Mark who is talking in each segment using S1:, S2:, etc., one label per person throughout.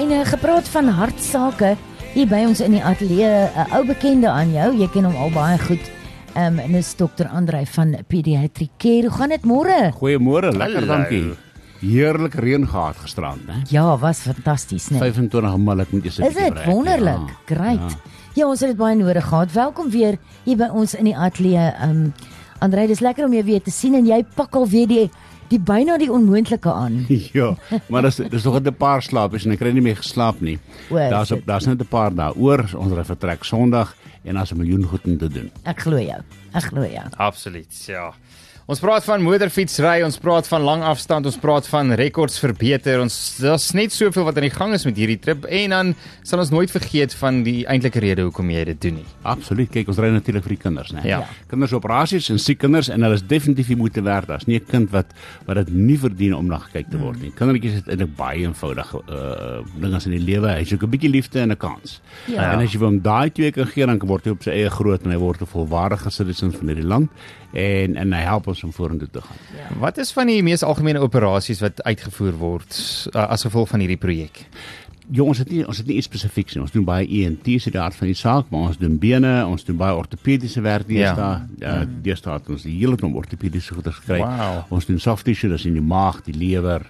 S1: En uh, gepraat van hartsake, hier by ons in die ateljee 'n ou bekende aan jou. Jy ken hom al baie goed. Ehm um, dis dokter Andrei van Pediatric Care. Hoe gaan dit môre?
S2: Goeiemôre, lekker
S3: Hallo.
S2: dankie.
S3: Heerlik reën gehad gisterand, né?
S1: Ja, was fantasties, né?
S2: 25 mal ek moet eers
S1: Ja. Is dit wonderlik? Ja, Great. Ja. ja, ons het dit baie nodig gehad. Welkom weer hier by ons in die ateljee. Ehm um, Andrei, dis lekker om jou weer te sien en jy pak al weer die die byna die onmoontlike aan.
S2: Ja, ja maar dis dis nog net 'n paar slaapies en ek kry nie meer geslaap nie.
S1: O, is
S2: Daar's
S1: dit?
S2: daar's net 'n paar dae oor. Ons ry vertrek Sondag en daar's 'n miljoen goed om te doen.
S1: Ek glo jou. Ek glo jou.
S3: Absoluut, ja. Ons praat van motorfietsry, ons praat van langafstand, ons praat van rekords verbeter. Ons daar's net soveel wat aan die gang is met hierdie trip en dan sal ons nooit vergeet van die eintlike rede hoekom jy dit doen nie.
S2: Absoluut. Kyk, ons ry natuurlik vir die kinders, né?
S3: Ja. Ja.
S2: Kinders se operasies en siek kinders en hulle is definitief die moeite werd. Daar's nie 'n kind wat wat dit nie verdien om na gekyk te word nie. Kindertjies het eintlik baie eenvoudige uh dinge in die lewe. Hy soek 'n bietjie liefde en 'n kans.
S1: Ja.
S2: En as jy vir hom daai twee kan gee, dan word hy op sy eie groot en hy word 'n volwaardige citizen van hierdie land en en hy help ons om vorentoe te gaan.
S1: Ja.
S3: Wat is van die mees algemene operasies wat uitgevoer word uh, as gevolg van hierdie projek?
S2: Ja, ons het nie ons het nie iets spesifieks nie. Ons doen baie ENT se daad van die saak, maar ons doen bene, ons doen baie ortopediese werk
S3: Ja.
S2: deesdae. Ja. Uh, deesdae het ons die hele klomp ortopediese goeders gekry.
S3: Wow.
S2: Ons doen soft tissue, dis in die maag, die lewer,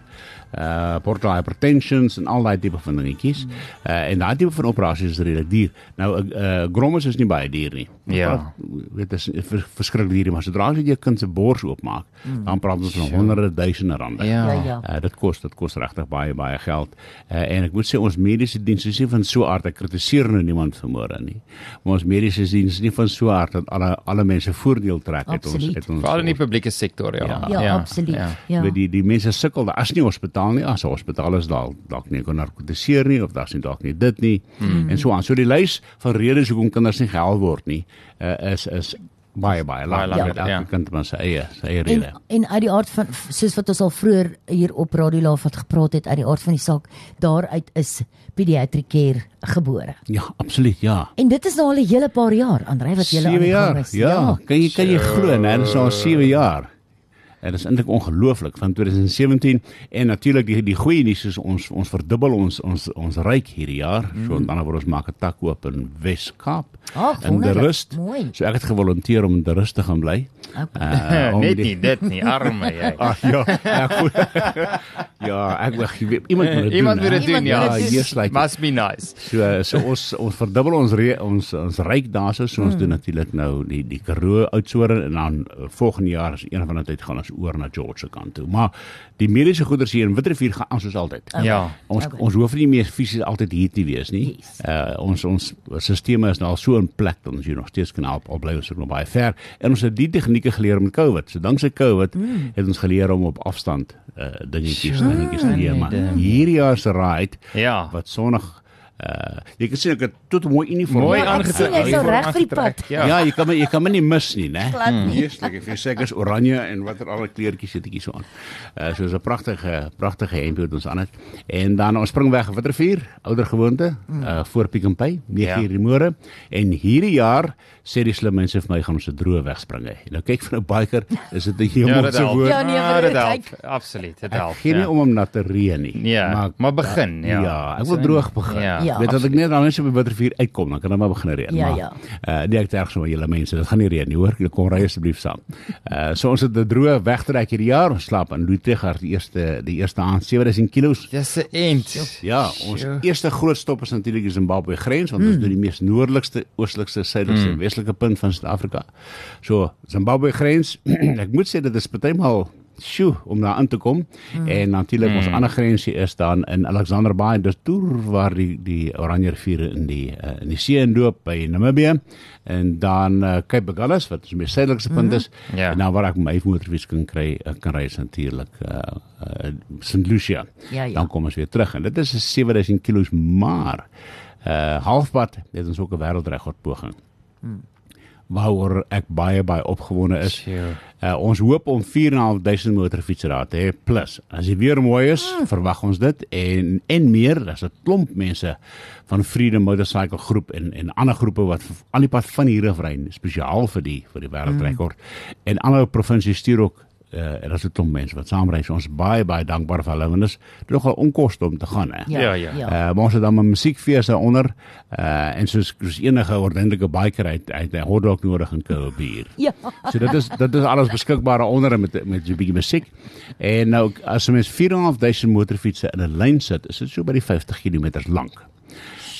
S2: uh portal hypertensions en al daai tipe van dingetjies. Uh en daai tipe van operasies is redelik duur. Nou 'n uh, grommes is nie baie duur nie.
S3: Ja.
S2: Maar, Dit is vers- verskriklik duur, maar sodra as jy jou kind se bors oopmaak, mm. dan praat ons van honderde duisende rande.
S3: Hmm. Ja.
S1: Ja, ja.
S2: Uh, dit kos dit kos regtig baie baie geld. Uh, en ek moet sê ons mediese diens is nie van so 'n aard ek kritiseer nou niemand vanmôre nie. Maar ons mediese diens is nie van so 'n aard dat alle alle mense voordeel trek uit ons
S1: Absoluut.
S2: uit ons.
S3: Veral in die publieke sektor, ja.
S1: Ja, ja absoluut. Ja.
S2: Ja.
S1: ja.
S2: Die die mense sukkel daar. As nie hospitaal nie, as 'n hospitaal is dalk dalk nie kon narkotiseer nie of daar's nie dalk nie dit nie
S1: Hmm.
S2: mm. en so aan. So die lys van redes hoekom kinders nie gehelp word nie uh, is is baie baie
S3: Baie
S2: lank.
S3: lang,
S2: Elke
S3: ja.
S2: kind het maar sy eie sy eie rede.
S1: En, en uit die aard van soos wat ons al vroeër hier op Radio Laafat gepraat het uit die aard van die saak daaruit is pediatric care gebore.
S2: ja, absoluut, ja.
S1: En dit is nou al 'n hele paar jaar, Andre, wat jy al aan
S2: Sewe
S1: die gang
S2: jaar.
S1: is.
S2: Ja, kan jy kan jy glo, né? Dit is al 7 jaar. En dit is eintlik ongelooflik van 2017 en natuurlik die die goeie nuus is ons ons verdubbel ons ons ons ryk hierdie jaar. So en dan word ons maak 'n tak oop in Wes-Kaap.
S1: Ag,
S2: in
S1: wonderlik.
S2: Rust.
S1: Mooi.
S2: So ek het gewolonteer om in die Rust te gaan bly.
S3: Ja,
S2: Uh, om
S3: net
S2: die-
S3: nie dit nie, arme jy.
S2: Ah, ja, ek voel, ja, ek wag, iemand moet dit
S3: Eh, Iemand
S2: doen.
S3: moet dit
S2: hè?
S3: doen, ja.
S2: Ja, yes, like
S3: Must be nice.
S2: So eh, so ons ons verdubbel ons re, ons ons ryk daarso, so
S1: Hmm.
S2: ons mm. doen natuurlik nou die die Karoo Oudtshoorn en dan uh, volgende jaar as een van die tyd gaan ons oor na George se kant toe. Maar die mediese goeders hier in Witrifuur gaan aan soos altyd.
S3: Ja.
S1: Oh,
S2: Ons
S1: Okay.
S2: okay. ons hoef nie meer fisies altyd hier te wees nie.
S1: Yes.
S2: Uh ons ons sisteme is nou al so in plek dat ons hier nog steeds kan help. Al bly ons ook nog baie ver. En ons het die tegnieke geleer met COVID. So danksy COVID mm.
S1: Hmm.
S2: het ons geleer om op afstand uh dingetjies
S3: Sure.
S2: dingetjies te doen. Maar
S3: Nee,
S2: hierdie jaar se ride
S3: Ja.
S2: wat sonnig uh jy kan sien ek het tot 'n mooi uniform
S3: Mooi
S1: ek
S3: aangetrek.
S1: sien, jy's al
S3: uniform
S1: reg vir die
S3: aangetrek,
S1: pad.
S2: Ja.
S3: Ja.
S2: ja, jy kan my, jy kan my nie mis nie, né?
S1: Glad nie.
S2: Heerlik. Ek vir seker is oranje en watter alle kleurtjies sit ek hier so aan. Uh so is 'n pragtige pragtige hempie wat ons aan het. En dan ons spring weg Witrifuur, ouer gewoonte, uh voor Pick n Pay, 9:00
S3: Ja.
S2: ja. die môre. En hierdie jaar sê die slim mense vir my gaan ons 'n droë wegspring hê. Nou kyk vir 'n biker, is dit 'n
S3: Ja, dit
S2: hemelse
S3: help.
S2: woord.
S1: Ja, nee,
S3: Ah,
S1: maar
S3: dit
S1: dit
S3: help. Absoluut, dit help.
S2: Ek gee nie
S3: ja.
S2: om om na te reën nie.
S3: Ja, maar, begin, ja.
S2: Ja, ek wil droog begin.
S3: Ja.
S1: Ja.
S2: Weet dat ek net dan net so by Watervuur uitkom, dan kan dit maar begin reën.
S1: Ja,
S2: maar,
S1: ja.
S2: Uh, nee, ek het ergens van julle mense, dit gaan nie reën nie hoor. Kom ry asseblief saam. Uh so ons het 'n droë wegtrek hierdie jaar. Ons slaap in Luitregard die eerste die eerste aand 7000 kg.
S3: Dis 'n end.
S2: Ja, ons
S3: Sjoe.
S2: eerste groot stop is natuurlik die Zimbabwe grens want mm. ons doen die mees noordelikste, oostelikste, suidelikste mm. en westelike punt van Suid-Afrika. So, Zimbabwe grens, ek moet sê dit is partymal sjoe om daar aan te kom mm. en natuurlik mm. ons ander grensie is dan in Alexander Bay dis toer waar die die Oranje rivier in die uh, in die see inloop by Namibië en dan uh, Cape Agulhas wat ons mees suidelikste punt is mm.
S3: Ja.
S2: en dan waar ek my motorfiets kan kry uh, kan ry is natuurlik uh, uh, St Lucia.
S1: Ja, ja.
S2: Dan kom ons weer terug en dit is 'n 7000 kg maar uh halfpad het ons ook 'n wêreldrekord poging. Waaroor ek baie baie opgewonde is.
S3: Sjoe.
S2: Uh, ons hoop om 4.500 motorfietsraad te hê plus. As die weer mooi is,
S3: Ah.
S2: mm. verwag ons dit en en meer, daar's 'n klomp mense van Freedom Motorcycle groep en en ander groepe wat v-
S3: Hmm.
S2: al die pad van hier af ry spesiaal vir die vir die wêreldrekord. Mm. En ander provinsies stuur ook uh, en daar's 'n klomp mense wat saamreis. Ons is baie baie dankbaar vir hulle want dit is nogal onkoste om te gaan, hè.
S3: Ja, ja.
S2: Uh, maar ons het dan 'n musiekfees daaronder uh, en soos, soos enige ordentlike biker het hy 'n hotdog nodig en 'n koue bier.
S1: Ja.
S2: So dit is dit is alles beskikbaar daaronder met met 'n bietjie musiek. En nou as 'n mens 4.500 motorfietsse in 'n lyn sit, is dit so by die 50 km lank.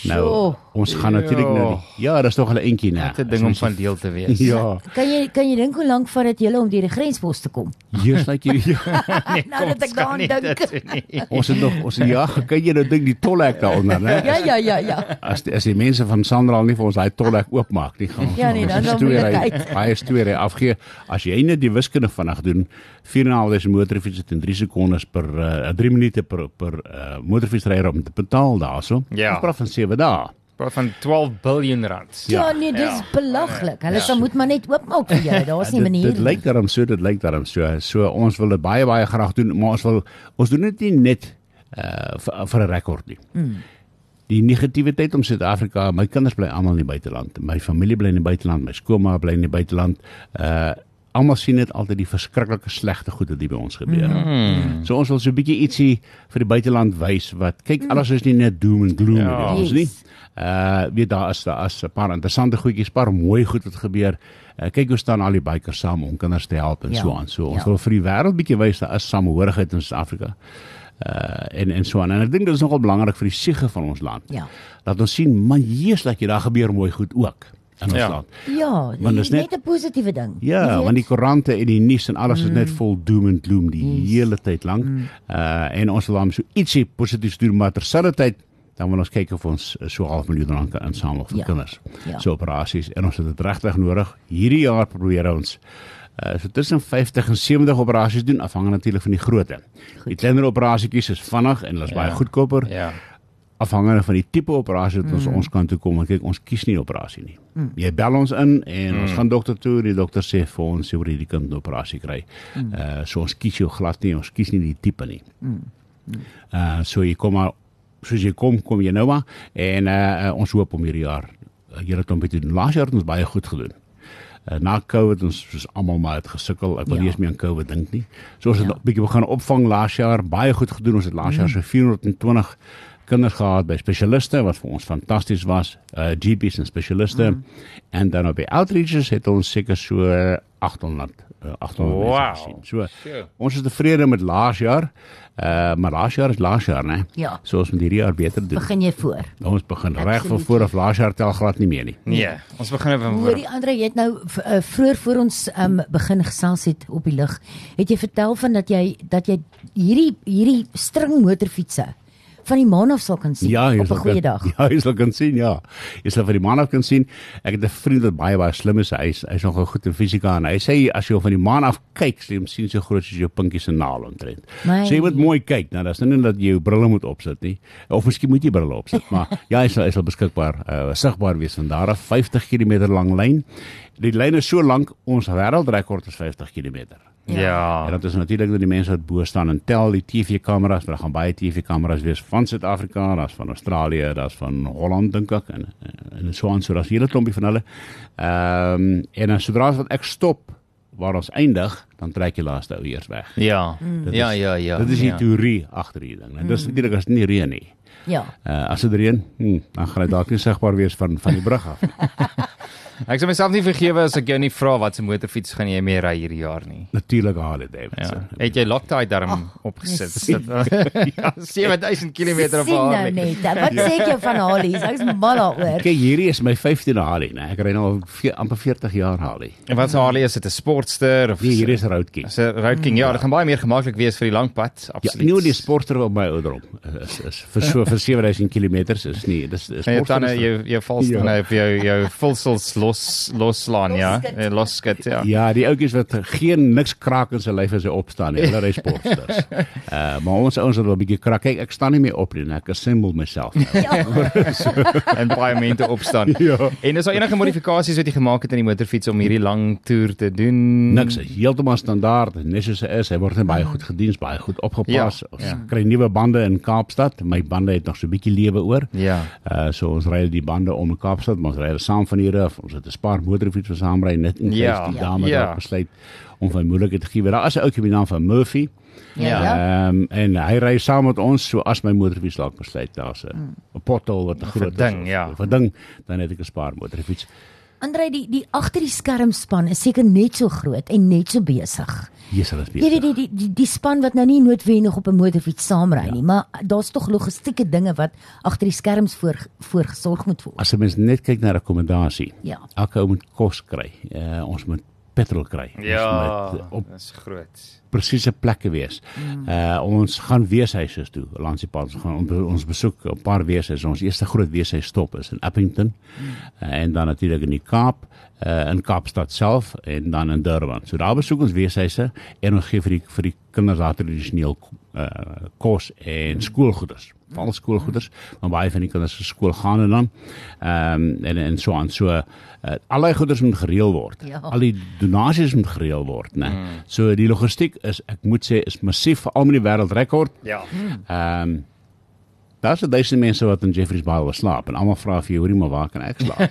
S2: Nou
S1: Sjoe.
S2: ons gaan natuurlik nou die- ja, dis nog 'n entjie nê.
S3: Wat 'n ding om van deel te wees.
S2: Ja,
S1: Kan jy kan jy dink hoe lank vat dit julle om deur die grenspos te kom?
S2: hier's like jy ja,
S3: nee,
S1: Nou dat ek daaraan dink.
S2: ons het nog ons ja, kan jy nou dink die tolhek daaronder,
S1: Ja
S2: né?
S1: ja ja ja.
S2: As die, as die mense van Sandraal nie vir ons daai tolhek oopmaak nie, gaan ons
S1: Ja, nee, dan
S2: ons
S1: dan
S2: twee ry-
S1: moeilikheid.
S2: baie storie afgee. As jy net die wiskunde vinnig doen, 4.500 motorfiets teen 3 sekondes per uh, 3 minute per per uh, motorfietsryer om te betaal daarso.
S3: Ja.
S2: Ons praat van 7 dae.
S3: Praat van 12 biljoen rand.
S1: Ja,
S2: Ja.
S1: nee, dis
S3: Ja.
S1: belaglik. Hulle sal moet maar net oopmaak vir julle. Daar's nie manier.
S2: Dit, dit lyk daarom so, dit lyk daarom so. So ons wil dit baie baie graag doen, maar ons wil ons doen dit nie net uh vir vir 'n rekord nie. Mm. Die negativiteit om Suid-Afrika, my kinders bly almal in die buiteland. My familie bly in die buiteland, my skoolma bly in die buiteland. Uh almal sien net altyd die verskriklike slegte goed wat hier by ons gebeur. Mm. So ons wil so 'n bietjie ietsie vir die buiteland wys wat kyk alles is nie net doom and gloom
S3: Ja.
S2: ja. ons
S1: Hmm.
S2: nie.
S1: Yes.
S2: Uh weet daar is daar is 'n paar interessante goedjies, paar mooi goed wat gebeur. Uh, kyk hoe staan al die bikers saam om kinders te help en
S1: Ja,
S2: ja, so aan. So ons
S1: ja.
S2: ja. wil vir die wêreld bietjie wys daar is samehorigheid in Suid-Afrika. Uh en en so aan. En ek dink dit is nogal belangrik vir die siege van ons land.
S1: Ja.
S2: Dat ons sien, man, hier's lekker daar gebeur mooi goed ook in ons
S3: Ja.
S2: ja. land.
S1: Ja,
S2: Want dis
S1: net
S2: net-
S1: 'n positiewe ding. Jy
S2: Ja,
S1: weet.
S2: want die koerante en die nuus en alles mm. is net vol doom and gloom die yes. hele tyd lank. Mm. Uh en ons wil hom so ietsie positiefs doen maar terselfdertyd dan wil ons kyk of ons eh, so half miljoen rand kan insamel vir
S1: Ja.
S2: ja. kinders.
S1: Ja.
S2: Ja. So operasies en ons het dit regtig nodig. Hierdie jaar probeer ons uh so tussen 50 en 70 operasies doen afhangende natuurlik van die grootte. Die kleiner operasietjies is vinnig en hulle is ja. baie goedkoper
S3: Ja.
S2: afhangende van die tipe operasie wat ons mm. ons kant toe kom want kyk ons kies nie die operasie nie. Mm. Jy bel ons in en mm. ons gaan dokter toe, die dokter sê vir ons jy moet hierdie kind 'n operasie kry. Mm. Uh so ons kies jou glad nie, ons kies nie die tipe nie. Mm. Uh so jy kom maar soos jy kom kom jy nou maar en uh uh, ons hoop om hierdie jaar uh, julle klompie te doen. Laas jaar het ons baie goed gedoen. Uh, na COVID ons soos almal maar het gesukkel. Ek wil
S1: Ja.
S2: nie eens meer aan COVID dink nie. So ons het 'n bietjie begin opvang laas jaar, baie goed gedoen. Ons het laas jaar so 420 kinders gehad by spesialiste wat vir ons fantasties was, uh GPs en spesialiste. Mm. En dan op die outreaches het ons seker so eh, 800 uh, 800 mense
S3: Wow.
S2: gesien. So
S3: Sure.
S2: ons is tevrede met laas jaar. Uh maar laas jaar is laas jaar, né?
S1: Ja.
S2: So ons moet hierdie jaar beter doen.
S1: begin jy voor.
S2: Ons begin reg van
S1: Absoluut.
S2: voor af laas jaar tel glad nie meer nie.
S3: Nee, ons begin van
S1: Hoor die ander, jy het nou v- eh, vroeër voor ons um, begin gesels het op die lig. Het jy vertel van dat jy dat jy hierdie hierdie string motorfietsse van die maan af sal kan sien
S2: Ja, jy
S1: op 'n
S2: sal
S1: goeie
S2: kan-
S1: dag.
S2: Ja, jy sal kan sien, ja. Jy sal van die maan af kan sien. Ek het 'n vriend wat baie baie slim is. Hy's hy's nogal goed in fisika en hy sê as jy van die maan af kyk, sê jy hom sien so groot soos jou pinkie se naal omtrent.
S1: My.
S2: So jy moet mooi kyk. Nou, dis nou nie dat jy jou brille moet opsit nie. Of miskien moet jy brille opsit, maar ja, hy sal hy sal beskikbaar uh, sigbaar wees van daar af 50 km lang lyn. Die lyn is so lank, ons wêreldrekord is 50 km. En
S3: Ja.
S2: dat is natuurlik dat die mense wat bo staan en tel die TV-kameras, maar daar gaan baie TV-kameras wees van Suid-Afrika, daar's van Australië, daar's van Holland dink ek en en so aan so daar's 'n hele klompie van hulle. Ehm en dan sodra as wat ek stop waar ons eindig, dan trek die laaste ou eers weg.
S3: Ja.
S1: Hmm.
S3: Ja, ja, ja.
S2: Dit is die
S3: ja. Mm.
S2: teorie agter hierdie ding. En dis natuurlik as dit nie reën nie.
S1: Ja.
S2: Uh, as dit reën, hm, dan gaan dit dalk nie sigbaar wees van van die brug af.
S3: Ek sal myself nie vergewe as ek jou nie vra wat se motorfiets gaan jy mee ry hierdie jaar nie.
S2: Natuurlik haal dit Davidson.
S3: Ja. Het jy Loctite darm oh, opgesit?
S1: yes.
S3: Sit- ja, 7000 km op
S1: Sien nou
S3: haar. Ja.
S1: net. Wat sê ek jou van Harley's? Ek's mal daaroor.
S2: Kyk, hierdie is my 15de Harley, né? Ek ry nou al ve- amper 40 jaar Harley.
S3: En wat se Harley is dit 'n sportster of
S2: Nee, hier is 'n road king.
S3: is 'n Road King? Ja, dit gaan baie meer gemaklik wees vir die lang pad.
S2: Ja,
S3: Absoluut.
S2: nie die sporter op my ouderdom eh, is is vir so vir 7000 km is nie dis is
S3: Nee, dan
S2: is-
S3: jy jy vals
S2: Ja.
S3: dan ja. jou jou vulsels los loslaan ja,
S1: Losskit.
S3: Eh, losskit ja. ja.
S2: Ja, die ouetjies wat geen niks kraak in sy lyf as hy opstaan nie. Hulle ry sportsters. Uh maar ons ouens het wel 'n bietjie kraak. Kyk, ek staan nie meer op nie. Ek assemble myself. Nou.
S3: En baie mense opstaan.
S2: Ja.
S3: En is daar enige modifikasies wat jy gemaak het aan die motorfiets om hierdie lang toer te doen?
S2: Niks is heeltemal standaard, net soos hy is. Hy word net baie goed gediens, baie goed opgepas.
S3: Ja,
S2: Ja,
S3: ja.
S2: ja. Ons kry nuwe bande in Kaapstad. My bande het nog so 'n bietjie lewe oor.
S3: Ja.
S2: Uh so ons ry die bande om in Kaapstad, maar ons ry hulle saam van hier af. Ons ons het 'n spaar motorfiets wat saamry net in geval
S3: Ja,
S2: ja, die
S1: ja,
S2: dame
S3: ja.
S2: ja. daar besluit om van moeilikheid te gee. Maar Daar is 'n ouetjie met die naam van Murphy.
S1: Ja. ja.
S2: Ehm en hy ry saam met ons so as my motorfiets dalk besluit daar's 'n mm. pothole wat 'n groot
S3: verding,
S2: is,
S3: ja.
S2: Of 'n ding, dan het ek 'n spaar motorfiets.
S1: Andrei die die agter die skerm span is seker net so groot en net so besig.
S2: Hier sal dit
S1: Jy weet
S2: wees.
S1: die die die, die span wat nou nie noodwendig op 'n motorfiets saamry
S2: Ja.
S1: nie, maar daar's tog logistieke dinge wat agter die skerms voor voorgesorg moet word.
S2: As 'n mens net kyk na rekommendasie.
S1: Ja.
S2: Elke ou moet kos kry. Uh, ons moet petrol kry. Ons moet
S3: Ja,
S2: eh, op
S3: dis groot.
S2: presiese plekke wees. Uh ons gaan weeshuise toe langs die pad. Ons gaan on- ons besoek 'n paar weeshuise. Ons eerste groot weeshuis stop is in Appington uh, en dan natuurlik in die Kaap, uh in Kaapstad self en dan in Durban. So daar besoek ons weeshuise en ons gee vir die vir die kinders daar tradisioneel uh kos en skoolgoeders. Veral skoolgoeders, maar baie van die kinders se skool gaan en dan ehm um, en en so aan so uh, al die goeders moet gereël word.
S1: Ja.
S2: Al die donasies moet gereël word, né? Mm. So die logistiek is ek moet sê is massief veral met die wêreldrekord.
S3: Ja.
S2: Ehm um, daar's duisende mense wat in Jeffreys Bay wil slaap en almal vra vir jou hoorie maar waar kan ek slaap?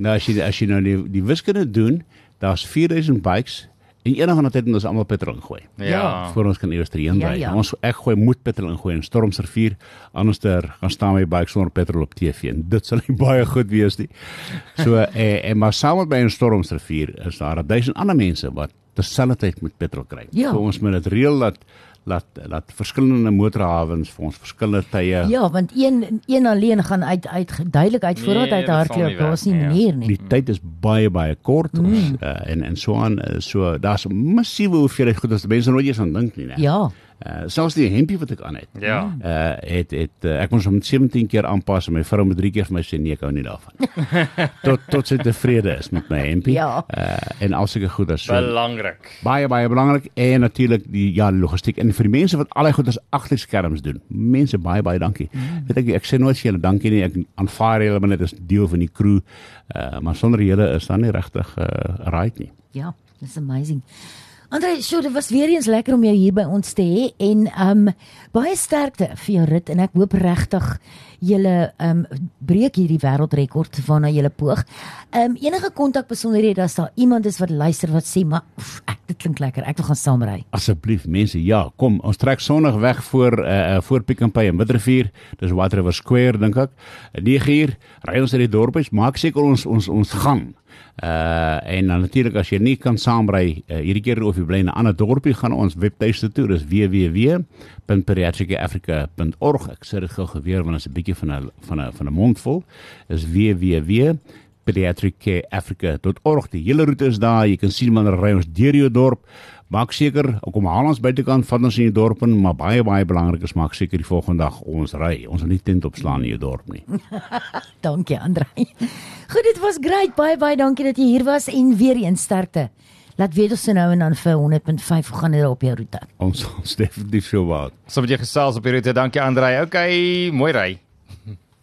S2: nou as jy as jy nou die, die wiskunde doen, daar's 4000 bikes en eendag van die tyd moet ons almal petrol ingooi.
S3: Ja.
S2: Voor ons kan eers hierheen
S1: Ah. Ja,
S2: ry.
S1: ja.
S2: Ons ek gooi moet petrol ingooi in Stormsrivier, anderster gaan staan my bike sonder petrol op TV en dit sal nie baie goed wees nie. So eh, en maar saam met my in Stormsrivier is daar 1000 ander mense wat terselfdertyd moet petrol kry.
S1: Ja.
S2: So ons moet dit reël dat laat laat verskillende motorhawens vir ons verskillende tye
S1: Ja, want een een alleen gaan uit uit duidelik uit voorraad
S3: Nee,
S1: uit
S3: dit sal nie
S1: hardloop. Daar's nie
S3: werk nie, ja.
S1: manier nie.
S2: Die tyd is baie baie kort mm. ons uh, en en so aan uh, so daar's 'n massiewe hoeveelheid goed as mense nooit eens aan dink nie. né?
S1: Ja.
S2: Uh, selfs die hempie wat ek aan het.
S3: Ja.
S2: Uh het het uh, ek moes hom 17 keer aanpas en my vrou moet 3 keer vir my sê nee, ek hou nie daarvan. tot tot sy tevrede is met my hempie.
S1: Ja.
S2: Uh en al sulke goed as so.
S3: Belangrik.
S2: Baie baie belangrik en natuurlik die ja logistiek en vir die mense wat al die goeders agter die skerms doen. Mense baie baie dankie. Mm. Weet ek ek sê nooit vir julle dankie nie. Ek aanvaar julle maar net as deel van die crew. Uh maar sonder julle is dan nie regtig uh right nie.
S1: Ja, dis amazing. Andre, sjoe, dit was weer eens lekker om jou hier by ons te hê en ehm um, baie sterkte vir jou rit en ek hoop regtig julle ehm um, breek hierdie wêreldrekord waarna julle poog. Ehm um, enige kontakbesonderhede as daar iemand is wat luister wat sê maar oef, ek dit klink lekker, ek wil gaan saamry.
S2: Asseblief mense, ja, kom, ons trek Sondag weg voor eh uh, voor Pick n Pay in Witrifuur. Dis White River Square dink ek. 9uur ry ons uit die dorp uit. Maak seker ons ons ons gaan. Uh en dan natuurlik as jy nie kan saamry uh, hierdie keer of jy bly in 'n ander dorpie, gaan ons webtuiste toe. Dis www.pediatricafrica.org. Ek sê dit gou weer want dit is 'n bietjie van 'n van 'n van 'n mondvol. Is www pediatricafrica.org. Die hele roete is daar. Jy kan sien wanneer ry ons deur jou dorp. Maak seker, kom haal ons buitekant van ons in die dorp in, maar baie baie belangrik is maak seker die volgende dag ons ry. Ons wil nie tent opslaan in jou dorp nie.
S1: Dankie Andre. Goed, dit was great. Baie baie dankie dat jy hier was en weer eens sterkte. Laat weet ons so nou en dan vir 100.5 hoe gaan dit op jou roete.
S2: Ons ons definitief so maak.
S3: Ons het met jou gesels op hierdie roete. Dankie Andrei. Okay, mooi ry.